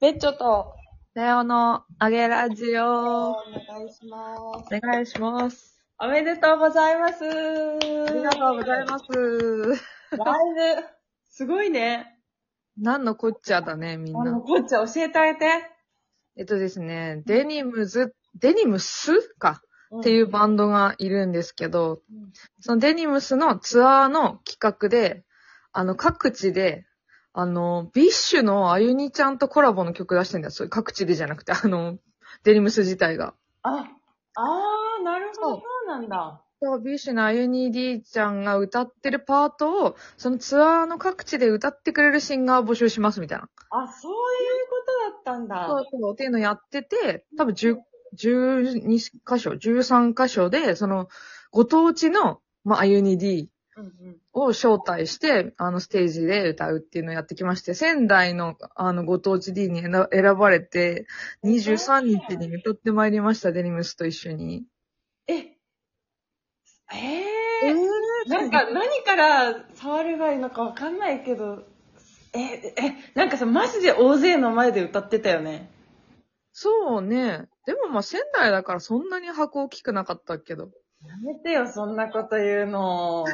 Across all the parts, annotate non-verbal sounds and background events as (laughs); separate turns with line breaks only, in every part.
ベッチョと、
レオのあげラジオ。
お
お
願いします。
願いします。
おめでとうございます。
あ
あ。
りがとうございますす。
ライブ、すごいね。
何のこっちゃだね、みん
あの、
な。
こっちゃ教えてあげて。
えっとですね、デニムズ、デニムスかっていううバンドがいるんですけど
うん、
そのデニムスのツアーの企画で、あの、各地で、あの、ビッシュのあゆにちゃんとコラボの曲出してんだよ。それ各地でじゃなくて、あの、デニムス自体が。
あ、あー、なるほ
そ
ど、
う
そうなんだ。
そう、ビッシュのあゆにりーちゃんが歌ってるパートを、そのツアーの各地で歌ってくれるシンガーを募集しますみたいな。
あ、そういうことだったんだ。
そうそう、っていうのやってて、多分10、12箇所、13箇所で、その、ご当地の、まあ、あゆにり
うんうん
を招待して、あの、ステージで歌うっていうのをやってきまして、仙台の、あの、ご当地 D に選選ばれて、23日に歌ってまいりました、デニムスと一緒に。
え、え
え
ー、なんか何から触ればいいのかわかんないけど、え、え、なんかさ、マジで大勢の前で歌ってたよね。
そうね。でもまあ仙台だからそんなに箱大きくなかったけど。
やめてよ、そんなこと言うの。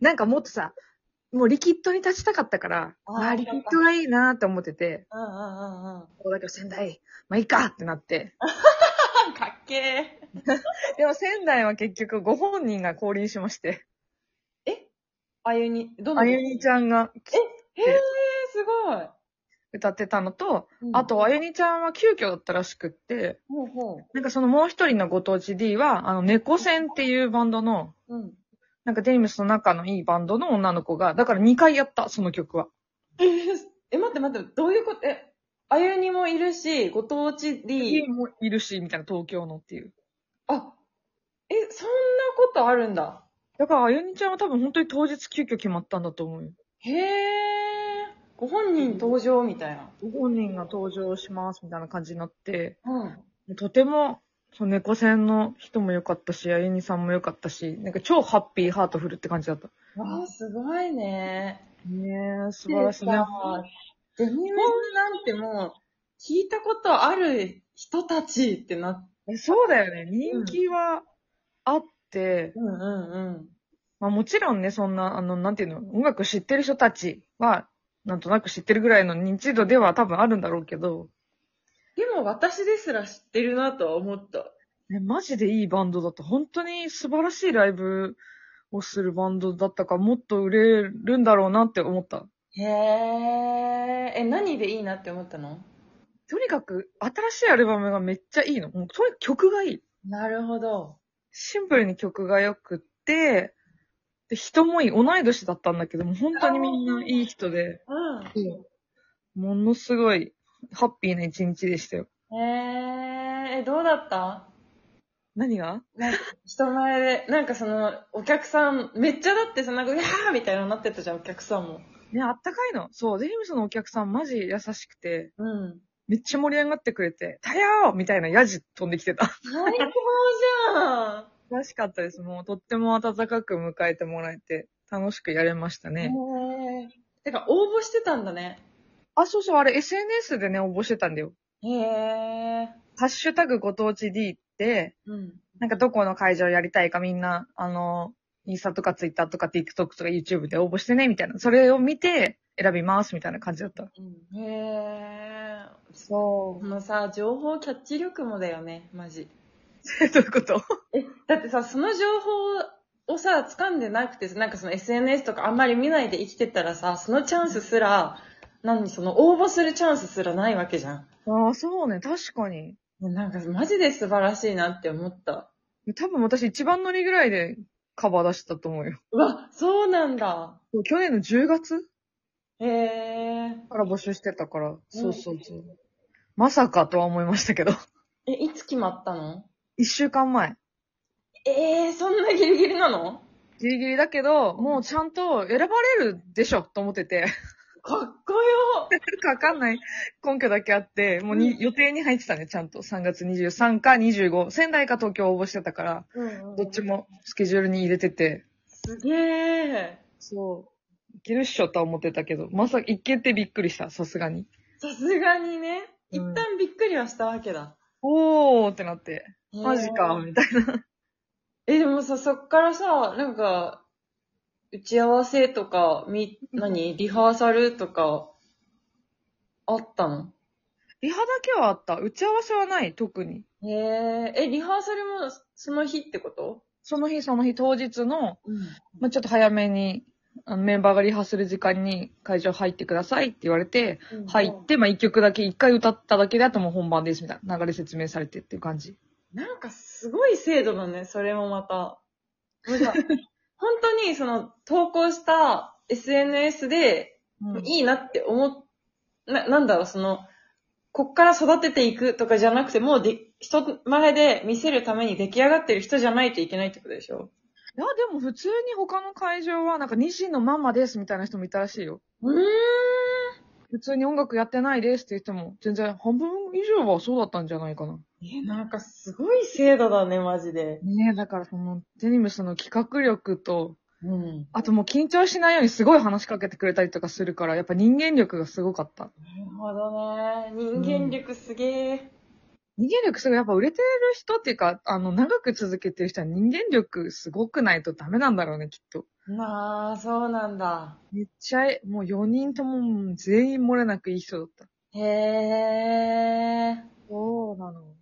なんかもっとさ、もうリキッドに立ちたかったから、
あ
あ
ー
あー、リキッドがいいなーって思ってて、
うんうんうんうん。
そうだけど仙台、まあいいかってなって。
かっけえ。
でも仙台は結局ご本人が降臨しまして、
あゆに、どの
あゆにちゃんが
へえ、すごい。
歌ってたのと、
うん
あ、とあゆにちゃんは急遽だったらしくって、
ほうほう。
なんかそのもう一人のご当地 D は、あの、猫戦っていうバンドの、
うん。
なんかデニムスの仲のいいバンドの女の子が、だから2回やった、その曲は。
えー、え、待って待って、どういうこと、え、あゆにもいるし、ご当地 D。
もいるし、みたいな東京のっていう。
あ、え、そんなことあるんだ。
だから、あゆにちゃんは多分本当に当日急遽決まったんだと思うよ。
へえ、ご本人登場みたいな。
ご本人が登場します、みたいな感じになって、
うん。
とても、その猫戦の人も良かったし、あゆにさんも良かったし、なんか超ハッピーハートフルって感じだった。
わあ、すごいね。
ねえ、素晴らしいね。
デニムズなんてもう、聞いたことある人たちってなって。
えそうだよね、人気はあって、
うんうんうん。
まあもちろんね、そんな、あの、なんていうの、音楽知ってる人たちは、なんとなく知ってるぐらいの認知度では多分あるんだろうけど、
でも私ですら知ってるなとは思った。
ね、マジでいいバンドだった。本当に素晴らしいライブをするバンドだったから、もっと売れるんだろうなって思った。
へえ。え、何でいいなって思ったの
とにかく、新しいアルバムがめっちゃいいの。もう、とにかく曲がいい。
なるほど。
シンプルに曲が良くって、で、人もいい。同い年だったんだけど、もう本当にみんないい人で、
う
ものすごい、ハッピーな一日でしたよ。
ん。へえ。え、どうだった
何が
人前で、なんかその、お客さん、めっちゃだってさ、なんか、うわーみたいなのなってたじゃん、お客さんも。
ね、あったかいの。そう、デニムスのお客さんマジ優しくて、
うん。
めっちゃ盛り上がってくれて、たやーみたいなヤジ飛んできてた。
最高じゃん
らしかったです。もうとっても温かく迎えてもらえて、楽しくやれましたね。
へえ。てか、応募してたんだね。
あ、そうそう、あれ SNS でね、応募してたんだよ。
へえ。
ハッシュタグご当地 D って、
うん。
なんかどこの会場やりたいかみんな、あの、インスタとかツイッターとか TikTok とか YouTube で応募してね、みたいな。それを見て選びます、みたいな感じだった。
うん、へえ。
そ
こ。のさ、情報キャッチ力もだよね、マジ。
(laughs) どういうこと
だってさ、その情報をさ、掴んでなくて、なんかその SNS とかあんまり見ないで生きてたらさ、そのチャンスすら、何、その応募するチャンスすらないわけじゃん。
ああ、そうね、確かに。
ねなんかマジで素晴らしいなって思った。
多分私一番乗りぐらいでカバー出したと思うよ。
うわ、そうなんだ。
去年の10月
へえ。
から募集してたから。そうそうそう。まさかとは思いましたけど。 (laughs)
え、いつ決まったの
一週間前。
ええそんなギリギリなの
ギリギリだけど、もうちゃんと選ばれるでしょと思ってて。
かっこよ
よくわかんない根拠だけあって、もうに、予定に入ってたね、ちゃんと。3月23か25。仙台か東京応募してたから、
うん
どっちもスケジュールに入れてて。
すげえ。
そう。いけるっしょとは思ってたけど、まさかいけてびっくりした、さすがに。
さすがにね。一旦びっくりはしたわけだ。
おーってなって、マジか、
へー。
みたいな。
え、でもさ、そっからさ、なんか、打ち合わせとか、み、何リハーサルとか、あったの
リハだけはあった。打ち合わせはない、特に。
へえ、え、リハーサルもその日ってこと
その日その日当日の、
うん。
まあ、ちょっと早めに、あのメンバーがリハーサル時間に会場入ってくださいって言われて、入って、まあ、一曲だけ、一回歌っただけで、あともう本番です、みたいな流れ説明されてっていう感じ。
なんかすごい精度だね、それもまた。なん (laughs) か本当にその投稿した SNS で、
うん
いいなって思っ、な、なんだろう、その、こっから育てていくとかじゃなくて、もうで、人前で見せるために出来上がってる人じゃないといけないってことでしょ
いや、でも普通に他の会場は、なんか、西のママですみたいな人もいたらしいよ。
うーん。
普通に音楽やってないですっていう人も、全然半分以上はそうだったんじゃないかな。
え、なんかすごい精度だね、マジで。
ねえ、だからその、デニムスの企画力と、
うん。
あともう緊張しないようにすごい話しかけてくれたりとかするから、やっぱ人間力がすごかった。
なるほどね。人間力すげえ。
人間力すごい、やっぱ売れてる人っていうか、あの、長く続けてる人は人間力すごくないとダメなんだろうね、きっと。
なあ、そうなんだ。
めっちゃえ、もう4人とも全員漏れなくいい人だった。
へえ。
そうなの。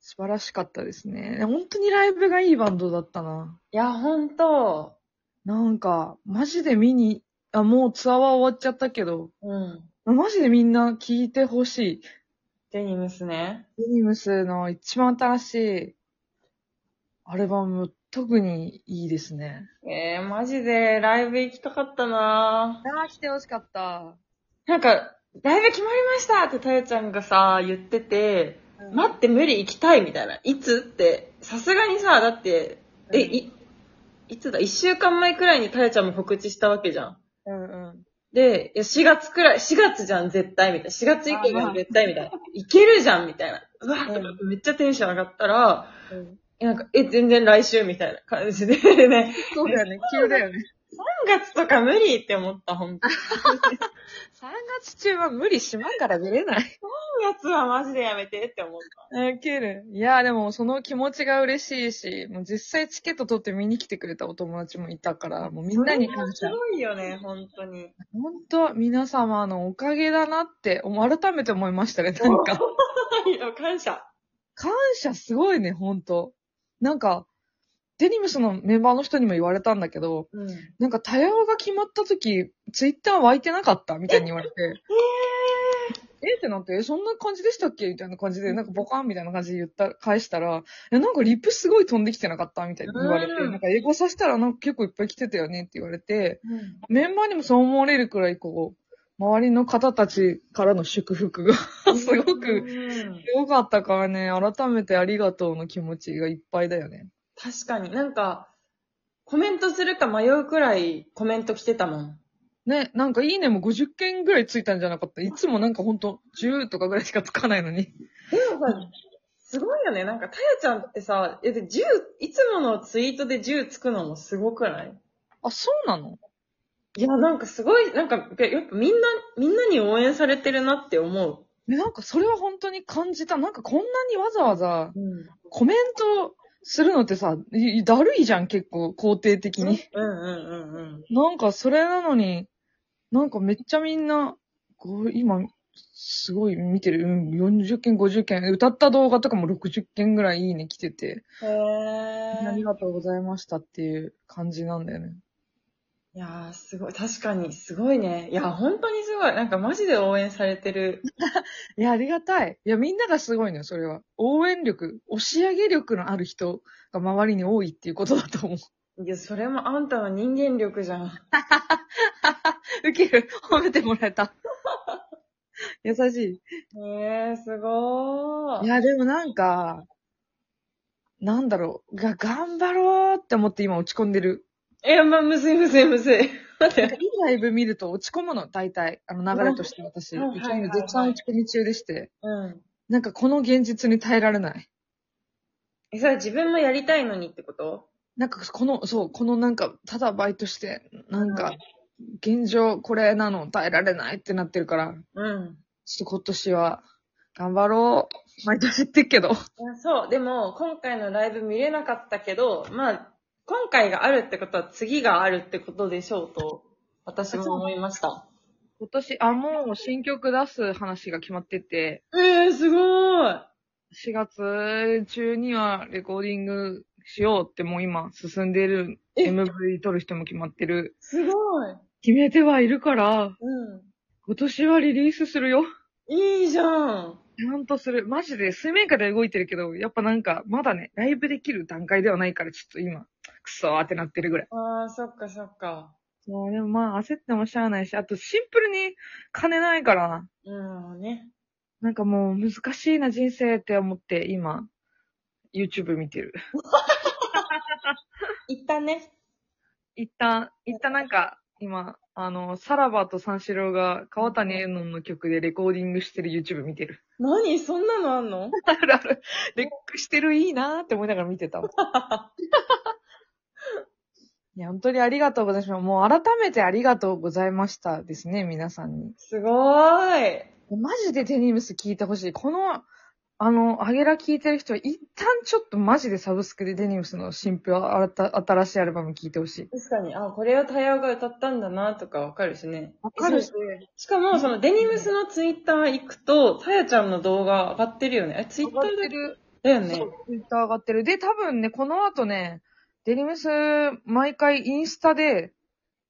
素晴らしかったですね。本当にライブがいいバンドだったな。
いや、ほんと。
なんか、マジで見に、あ、もうツアーは終わっちゃったけど、
うん。
マジでみんな聞いてほしい。
デニムスね。
デニムスの一番新しいアルバム、特にいいですね。
えー、マジでライブ行きたかったな
ああ、来てほしかった。
なんか、ライブ決まりましたってたよちゃんがさ、言ってて、待って無理行きたいみたいな。いつって、さすがにさ、だって、え、い、いつだ一週間前くらいにたよちゃんも告知したわけじゃん。
うんうん。
で、いや、4月くらい、4月じゃん、絶対、みたいな。4月以降じゃん、絶対、みたいな。いけるじゃん、みたいな。うわーってなってめっちゃテンション上がったら、えなんか、え、全然来週、みたいな感じで (laughs) ね。
そうだよね、急だよね。
3月とか無理って思った、ほんと。3
3月中は無理しまんから出れない。
月はマジでやめてって思った。
うん、切る。いや、でもその気持ちが嬉しいし、もう実際チケット取って見に来てくれたお友達もいたから、もうみんなに感
す。
謝
ごいよね、ほんとに。
本当皆様のおかげだなって、もう改めて思いましたね、なんか。
(laughs) いや感謝。
感謝すごいね、本当なんか、デニムスのメンバーの人にも言われたんだけど、
うん。
なんか多様が決まった時、ツイッター湧いてなかったみたいに言われて。えってなって、え、そんな感じでしたっけみたいな感じで、なんかボカンみたいな感じで言った、返したら、え、なんかリップすごい飛んできてなかったみたいに言われて、
うん
なんか英語させたらなんか結構いっぱい来てたよねって言われて、メンバーにもそう思われるくらい、こう、周りの方たちからの祝福が
(laughs)
(laughs) すご
う
く
ん。
良かったからね、改めてありがとうの気持ちがいっぱいだよね。
確かになんか、コメントするか迷うくらいコメント来てたもん。
ね、なんかいいねも50件ぐらいついたんじゃなかった。いつもなんかほんと10とかぐらいしかつかないのに。
でもさ、すごいよね。なんか、たやちゃんってさ、え、で、10、いつものツイートで10つくのもすごくない
あ、そうなの
いや、なんかすごい、なんか、やっぱみんな、みんなに応援されてるなって思
ねなんかそれは本当に感じた。なんかこんなにわざわざ
う。うん。
コメントするのってさ、いだるいじゃん、結構肯定的に。
うんうんうんうん。
なんかそれなのに、なんかめっちゃみんな、こう今、すごい見てる。うん、40件、50件。歌った動画とかも60件ぐらいいいね来てて、
へえ
あり。がとうございましたっていう感じなんだよね。
いやー、すごい。確かに、すごいね。いや、本当にすごい。なんか、マジで応援されてる。
いや、ありがたい。いや、みんながすごいのよ、それは。応援力、押し上げ力のある人が周りに多いっていうことだと思う。 (laughs)
いや、それもあんたの人間力じゃん。
ウケる。褒めてもらえた。 (laughs) 優し
へえ、すごー。
い。いや、でもなんか、なんだろう。が、頑張ろうって思って今落ち込んでる。
え、まあ、むずいむずいむずい。待
なん
っ
か
て。
いいライブ見ると落ち込むの、大体。あの流れとして私。
うんはいはいはい
絶賛落ち込み中でして。
うん。
なんかこの現実に耐えられない。
え、それ自分もやりたいのにってこと
なんかこの、そう、このなんか、ただバイトして、なんか、現状これなの耐えられないってなってるから、
うん。
ちょっと今年は、頑張ろう。毎年言ってっけど。
いやそう、でも、今回のライブ見れなかったけど、まあ、今回があるってことは次があるってことでしょうと、私も思いました。
今年、あ、もう新曲出す話が決まってて、
ええー、すごーい。
4月中にはレコーディングしようってもう今進んでる。
え
MV 撮る人も決まってる。
すごい。
決めてはいるから、
う
今年はリリースするよ。
ん。いいじゃん。
ちゃんとする。マジで、水面下で動いてるけど、やっぱなんか、まだね、ライブできる段階ではないから、ちょっと今、くそーってなってるぐらい。
ああ、そっかそっか。
そう、でもまあ、焦ってもしゃあないし、あとシンプルに金ないから、
うん、ね。
なんかもう難しいな人生って思って、今、YouTube 見てる。
一旦ね。
一旦、一旦なんか、今、あの、さらばと三四郎が川谷絵音の曲でレコーディングしてる YouTube 見てる。
何そんなのあんの
あるある。レックしてるいいなーって思いながら見てた。
(laughs)
いや、本当にありがとうございました。もう改めてありがとうございましたですね、皆さんに。
すごーい。
マジでデニムス聞いてほしい。この、あの、アゲラ聞いてる人は一旦ちょっとマジでサブスクでデニムスの新譜あらた新しいアルバム聞いてほしい。
確かに、あ、これを多様が歌ったんだなとかわかるしね。
わかるし
そう。しかも、そのデニムスのツイッター行くと、さやちゃんの動画上がってるよね。え、ツイッターだ
る。
だよ
そ
ね
う。、ツイッター上がってる。で、多分ね、この後ね、デニムス、毎回インスタで、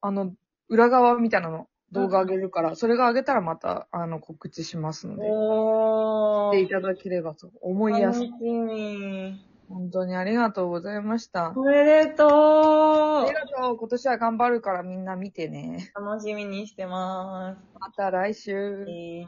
あの、裏側みたいなの、動画上げるから、それが上げたらまた、あの、告知しますので、
お
見てい
ー。
ただければと思いや
楽
すい。
しみ。
本当にありがとうございました。
おめで
あ
と
りがとう。今年は頑張るからみんな見てね。
う。楽しみにしてま
また来週
す。。えー